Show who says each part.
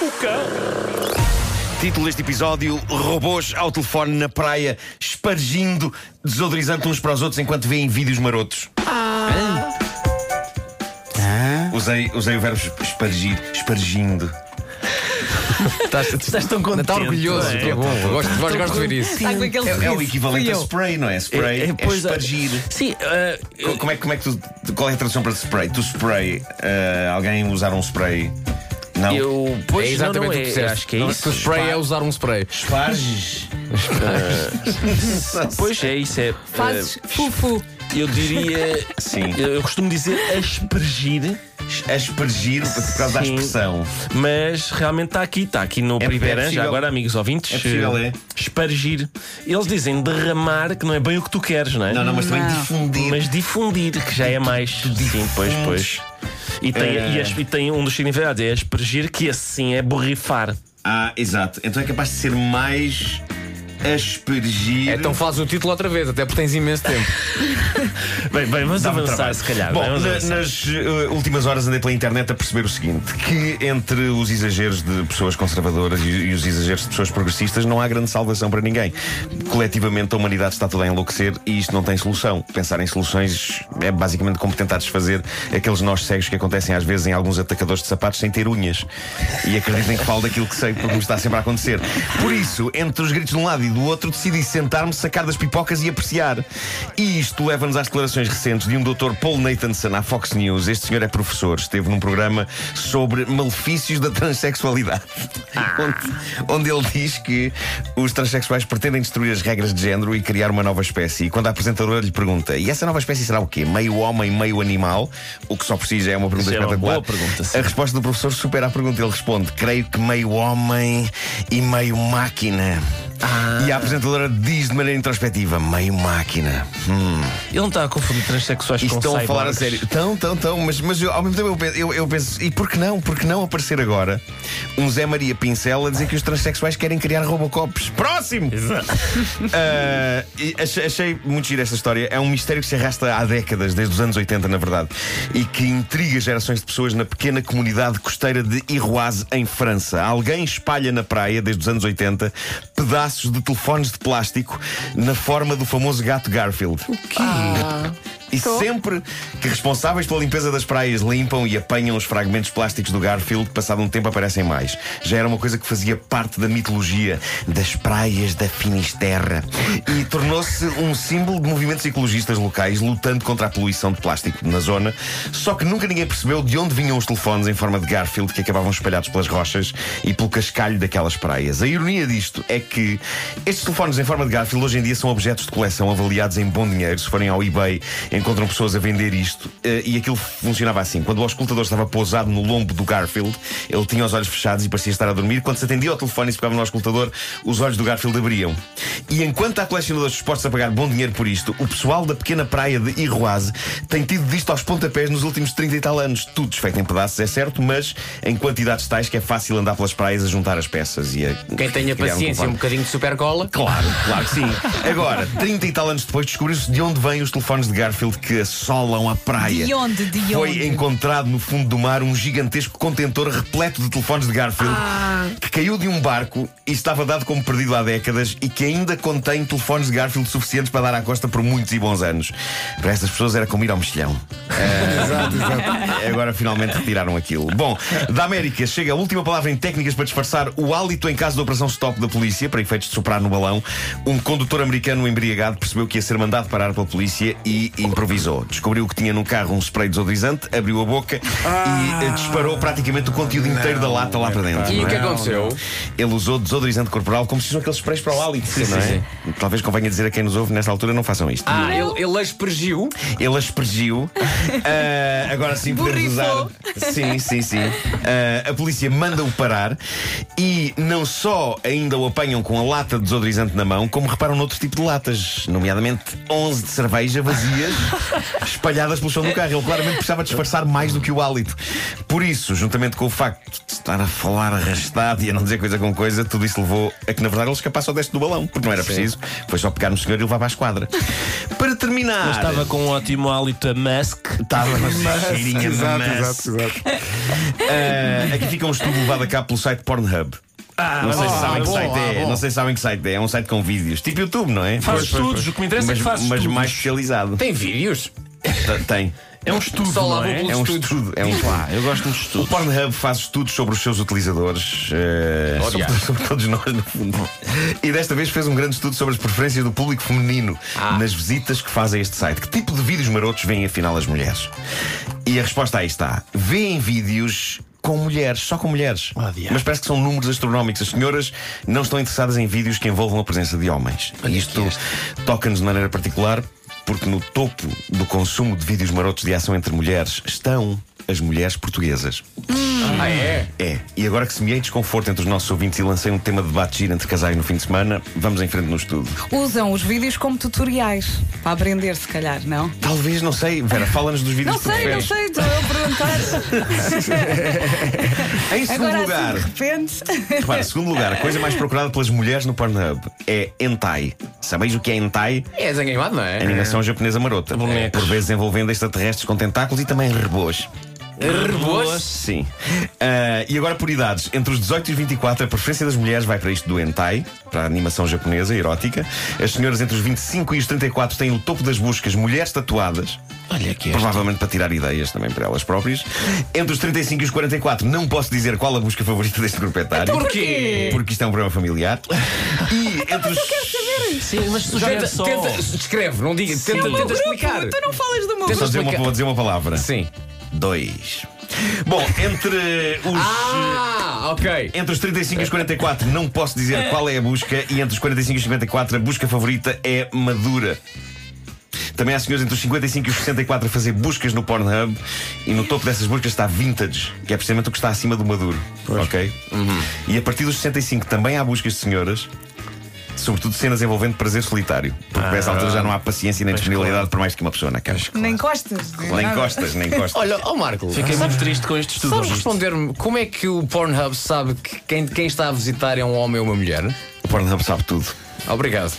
Speaker 1: Nunca!
Speaker 2: Título deste episódio: Robôs ao telefone na praia, espargindo desodorizante uns para os outros enquanto veem vídeos marotos. Usei, usei o verbo espargir, espargindo.
Speaker 3: Estás,
Speaker 1: Estás tão contente.
Speaker 3: está tá orgulhoso,
Speaker 1: não é?
Speaker 3: que é bom. Eu Gosto, gosto, gosto de ver isso.
Speaker 4: Está com aquele
Speaker 2: É, é o
Speaker 4: sorriso.
Speaker 2: equivalente
Speaker 4: Fui
Speaker 2: a
Speaker 4: eu.
Speaker 2: spray, não é? Spray é,
Speaker 1: pois,
Speaker 2: espargir.
Speaker 1: Sim, eh,
Speaker 2: Co- Como é, como é que tu. Qual é a tradução para spray? Tu spray. eh, alguém usar um spray. Não.
Speaker 1: eu. Pois
Speaker 3: É exatamente
Speaker 1: não, não,
Speaker 3: o que
Speaker 1: é-
Speaker 3: disseste.
Speaker 1: Acho que é
Speaker 3: Não,
Speaker 1: isso.
Speaker 3: O spray é usar um spray.
Speaker 2: Esparges.
Speaker 1: Pois é, isso é. eh,
Speaker 4: Fazes fufu.
Speaker 1: eu diria.
Speaker 2: Sim.
Speaker 1: Eu, eu costumo dizer aspergir,
Speaker 2: Aspergir por causa da
Speaker 1: Sim.
Speaker 2: expressão.
Speaker 1: mas realmente está aqui, está aqui no
Speaker 2: É- é
Speaker 1: Primeira já
Speaker 2: possível-
Speaker 1: agora, amigos ouvintes.
Speaker 2: é possível,
Speaker 1: eh,
Speaker 2: é?
Speaker 1: Espargir. Eles dizem derramar, que não é bem o que tu queres, não é?
Speaker 2: Não, não, mas também
Speaker 4: Não.
Speaker 2: difundir.
Speaker 1: Mas difundir, que já é mais. Sim, pois, pois. E tem,
Speaker 2: Eh.
Speaker 1: e as- e tem um dos significados, é aspergir, que assim é borrifar.
Speaker 2: Ah, exato. Então é capaz de ser mais aspergir.
Speaker 1: É
Speaker 3: Então faz o título outra vez, até porque tens imenso tempo.
Speaker 1: Bem, bem, vamos
Speaker 2: Dá-me
Speaker 1: avançar,
Speaker 2: trabalho.
Speaker 1: se calhar.
Speaker 2: Bom,
Speaker 1: vamos
Speaker 2: na-
Speaker 1: avançar.
Speaker 2: nas eh, últimas horas andei pela internet a perceber o seguinte: que entre os exageros de pessoas conservadoras e, e os exageros de pessoas progressistas não há grande salvação para ninguém. Coletivamente a humanidade está toda a enlouquecer e isto não tem solução. Pensar em soluções é basicamente como tentar desfazer aqueles nós cegos que acontecem às vezes em alguns atacadores de sapatos sem ter unhas. E acreditem que falo daquilo que sei porque me está sempre a acontecer. Por isso, entre os gritos de um lado e do outro, decidi sentar-me, sacar das pipocas e apreciar. E isto leva-nos às declarações recentes de um doutor Paul Nathanson à Fox News. Este senhor é professor, esteve num programa sobre malefícios da transexualidade,
Speaker 1: Ah.
Speaker 2: onde, onde ele diz que os transexuais pretendem destruir as regras de género e criar uma nova espécie. E quando a apresentadora lhe pergunta, e essa nova espécie será o quê? Meio homem, meio animal? O que só precisa é uma pergunta
Speaker 1: Isso é uma
Speaker 2: espetacular.
Speaker 1: boa pergunta, sim.
Speaker 2: A resposta do professor supera a pergunta. Ele responde: Creio que meio homem e meio máquina. E a apresentadora diz de maneira introspectiva: meio máquina. Hum.
Speaker 1: Ele não está a confundir transexuais
Speaker 2: E
Speaker 1: com
Speaker 2: estão a falar a
Speaker 1: cyborgs.
Speaker 2: sério. Estão, estão, estão. Mas, mas eu, ao mesmo tempo eu penso, eu, eu penso: e por que não? Por que não aparecer agora um Zé Maria Pincel a dizer que os transexuais querem criar robocops? Próximo! Ah, e achei, achei muito gira esta história. É um mistério que se arrasta há décadas, desde os anos 80, na verdade, e que intriga gerações de pessoas na pequena comunidade costeira de Iroise, em França. Alguém espalha na praia, desde os anos 80, pedaços de telefones de plástico na forma do famoso gato Garfield. O quê? E sempre que responsáveis pela limpeza das praias limpam e apanham os fragmentos plásticos do Garfield, passado um tempo aparecem mais. Já era uma coisa que fazia parte da mitologia das praias da Finisterra e tornou-se um símbolo de movimentos ecologistas locais lutando contra a poluição de plástico na zona. Só que nunca ninguém percebeu de onde vinham os telefones em forma de Garfield que acabavam espalhados pelas rochas e pelo cascalho daquelas praias. A ironia disto é que estes telefones em forma de Garfield hoje em dia são objetos de coleção avaliados em bom dinheiro. Se forem ao eBay, encontram pessoas a vender isto. Eh, E aquilo funcionava assim. Quando o auscultador estava pousado no lombo do Garfield, ele tinha os olhos fechados e parecia estar a dormir. Quando se atendia ao telefone e se pegava no auscultador, os olhos do Garfield abriam. E enquanto há colecionadores dispostos a pagar bom dinheiro por isto, o pessoal da pequena praia de Irroise tem tido disto aos pontapés nos últimos 30 e tal anos. Tudo desfeito em pedaços, é certo, mas em quantidades tais que é fácil andar pelas praias a juntar as peças e a.
Speaker 3: Quem
Speaker 2: criar
Speaker 3: tenha
Speaker 2: um
Speaker 3: paciência,
Speaker 2: telefone.
Speaker 3: um bocadinho de supercola.
Speaker 2: Claro, claro que sim. Agora, 30 e tal anos depois, descobriu-se de onde vêm os telefones de Garfield que assolam a praia.
Speaker 4: De onde? De
Speaker 2: Foi
Speaker 4: onde?
Speaker 2: encontrado no fundo do mar um gigantesco contentor repleto de telefones de Garfield
Speaker 4: Ah.
Speaker 2: que caiu de um barco e estava dado como perdido há décadas e que ainda contém telefones de Garfield suficientes para dar à costa por muitos e bons anos. Para essas pessoas era como ir ao mexilhão.
Speaker 3: Exato, exato.
Speaker 2: É, Agora finalmente retiraram aquilo. Bom, da América chega a última palavra em técnicas para disfarçar o hálito em caso da operação stop da polícia, para efeitos de soprar no balão. Um condutor americano embriagado percebeu que ia ser mandado parar pela polícia e improvisou. Descobriu que tinha no carro um spray desodorizante, abriu a boca e eh, disparou praticamente o conteúdo inteiro da lata lá para dentro.
Speaker 3: E
Speaker 2: não
Speaker 3: o que
Speaker 2: é?
Speaker 3: aconteceu?
Speaker 2: Ele usou desodorizante corporal como se usam aqueles sprays para o hálito. não é?
Speaker 3: sim,
Speaker 2: Talvez convenha dizer a quem nos ouve nesta altura não façam isto.
Speaker 3: Ah, ele, ele aspergiu.
Speaker 2: Ele aspergiu. Ah, agora sim podemos usar.
Speaker 4: Borrifou.
Speaker 2: Sim, sim, sim. Ah, a polícia manda-o parar e não só ainda o apanham com a lata de desodorizante na mão, como reparam noutro tipo de latas, nomeadamente 11 de cerveja vazias espalhadas pelo chão do carro. Ele claramente precisava disfarçar mais do que o hálito. Por isso, juntamente com o facto de estar a falar arrastado e a não dizer coisa com coisa, tudo isso levou a que, na verdade, ele escapasse ao deste do balão, porque não era preciso. Foi só pegar no senhor e levava à esquadra. Para terminar.
Speaker 1: Estava com um ótimo hálito a Musk.
Speaker 2: Estava com essa cheirinha de
Speaker 4: Exato,
Speaker 2: massa.
Speaker 4: exato, exato.
Speaker 2: Ah, aqui fica um estudo levado a cabo pelo site Pornhub.
Speaker 1: Ah,
Speaker 2: não, sei se sabem que
Speaker 3: boa,
Speaker 2: site é,
Speaker 3: boa.
Speaker 2: não sei se sabem que site é. É um site com vídeos. Tipo YouTube, não é?
Speaker 1: Faz estudos, o que me interessa é
Speaker 2: mas,
Speaker 1: que faz
Speaker 2: mas
Speaker 1: estudos.
Speaker 2: mais especializado.
Speaker 3: Tem vídeos?
Speaker 2: T- Tem.
Speaker 1: É um estudo,
Speaker 3: Só lá
Speaker 1: não é?
Speaker 3: vou
Speaker 2: É um estudo. É um estudo.
Speaker 1: Ah, eu gosto de
Speaker 2: O
Speaker 1: estudo.
Speaker 2: Pornhub faz estudos sobre os seus utilizadores, eh,
Speaker 3: Olha.
Speaker 2: sobre, sobre todos nós, no fundo. E desta vez fez um grande estudo sobre as preferências do público feminino
Speaker 1: Ah.
Speaker 2: nas visitas que fazem a este site. Que tipo de vídeos marotos veem afinal as mulheres? E a resposta aí está: veem vídeos. Com mulheres, só com mulheres. Mas parece que são números astronómicos. As senhoras não estão interessadas em vídeos que envolvam a presença de homens. E isto toca-nos de maneira particular, porque no topo do consumo de vídeos marotos de ação entre mulheres estão as mulheres portuguesas.
Speaker 3: Ah, é?
Speaker 2: É, e agora que semeei desconforto entre os nossos ouvintes e lancei um tema de debate giro entre casais no fim de semana, vamos em frente no estudo.
Speaker 5: Usam os vídeos como tutoriais para aprender, se calhar, não?
Speaker 2: Talvez, não sei, Vera, fala-nos dos vídeos
Speaker 5: Não
Speaker 2: que tu
Speaker 5: sei, não
Speaker 2: preferes.
Speaker 5: sei, estou a perguntar.
Speaker 2: Em segundo
Speaker 5: Agora
Speaker 2: lugar,
Speaker 5: assim, de repente.
Speaker 2: repara, em segundo lugar, a coisa mais procurada pelas mulheres no Pornhub é hentai. Sabeis o que é hentai?
Speaker 3: É desenho animado, não é?
Speaker 2: Animação japonesa marota.
Speaker 1: Bonecos.
Speaker 2: Por vezes envolvendo extraterrestres com tentáculos e também rebôs.
Speaker 3: Reboço.
Speaker 2: Sim. Ah, e agora por idades, entre os 18 e os 24, a preferência das mulheres vai para isto do hentai, para a animação japonesa erótica. As senhoras entre os 25 e os 34 têm o topo das buscas mulheres tatuadas.
Speaker 1: Olha que
Speaker 2: Provavelmente para tirar ideias também para elas próprias. Entre os 35 e os 44, não posso dizer qual a busca favorita deste grupo etário.
Speaker 3: Porquê?
Speaker 2: Porque isto é um problema familiar. E entre os.
Speaker 1: Sim, mas sugere
Speaker 3: Tenta,
Speaker 1: só. É um
Speaker 3: tenta, descreve, não diga, tenta, tenta explicar.
Speaker 1: então
Speaker 5: Tu não falas do meu grupo.
Speaker 2: Só
Speaker 3: Tenta-
Speaker 2: dizer uma,
Speaker 3: explica-
Speaker 2: vou dizer uma palavra.
Speaker 3: Sim.
Speaker 2: Dois. Bom, entre os.
Speaker 3: Ah, ok.
Speaker 2: Entre os 35 e os 44 não posso dizer qual é a busca E entre os 45 e os 54 a busca favorita é madura Também há senhores entre os 55 e os 64 a fazer buscas no Pornhub E no topo dessas buscas está vintage Que é precisamente o que está acima do maduro Ok? E a partir dos 65 também há buscas de senhoras Sobretudo cenas envolvendo prazer solitário Porque nessa altura já não há paciência nem disponibilidade Para mais que uma pessoa na cama
Speaker 5: Nem costas.
Speaker 2: Nem
Speaker 5: nada.
Speaker 2: costas, nem costas
Speaker 3: Olha, ó Marco,
Speaker 1: Fiquei muito triste com este estudo.
Speaker 3: sabes
Speaker 1: Augusto.
Speaker 3: responder-me como é que o Pornhub sabe que quem, quem está a visitar é um homem ou uma mulher?
Speaker 2: O Pornhub sabe tudo
Speaker 3: Obrigado.